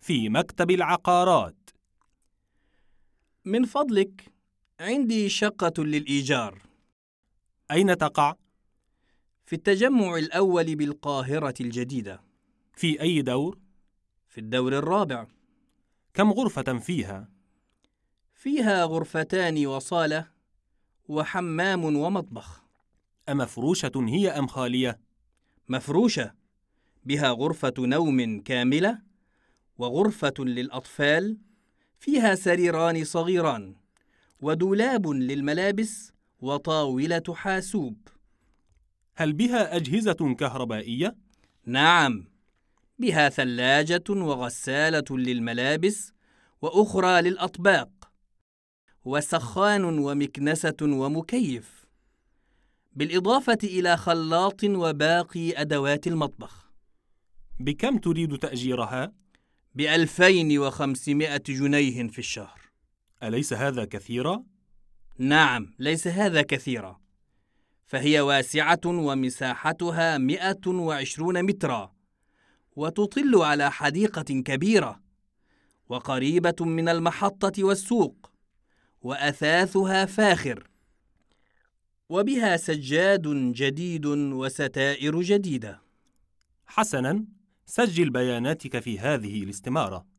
في مكتب العقارات من فضلك عندي شقة للإيجار أين تقع؟ في التجمع الأول بالقاهرة الجديدة في أي دور؟ في الدور الرابع كم غرفة فيها؟ فيها غرفتان وصالة وحمام ومطبخ أمفروشة هي أم خالية؟ مفروشة بها غرفة نوم كاملة وغرفة للأطفال فيها سريران صغيران ودولاب للملابس وطاولة حاسوب هل بها أجهزة كهربائية؟ نعم بها ثلاجة وغسالة للملابس وأخرى للأطباق وسخان ومكنسة ومكيف بالإضافة إلى خلاط وباقي أدوات المطبخ بكم تريد تأجيرها؟ بألفين وخمسمائة جنيه في الشهر أليس هذا كثيرا؟ نعم ليس هذا كثيرا فهي واسعة ومساحتها 120 مترا وتطل على حديقة كبيرة وقريبة من المحطة والسوق وأثاثها فاخر وبها سجاد جديد وستائر جديدة حسنا سجل بياناتك في هذه الاستمارة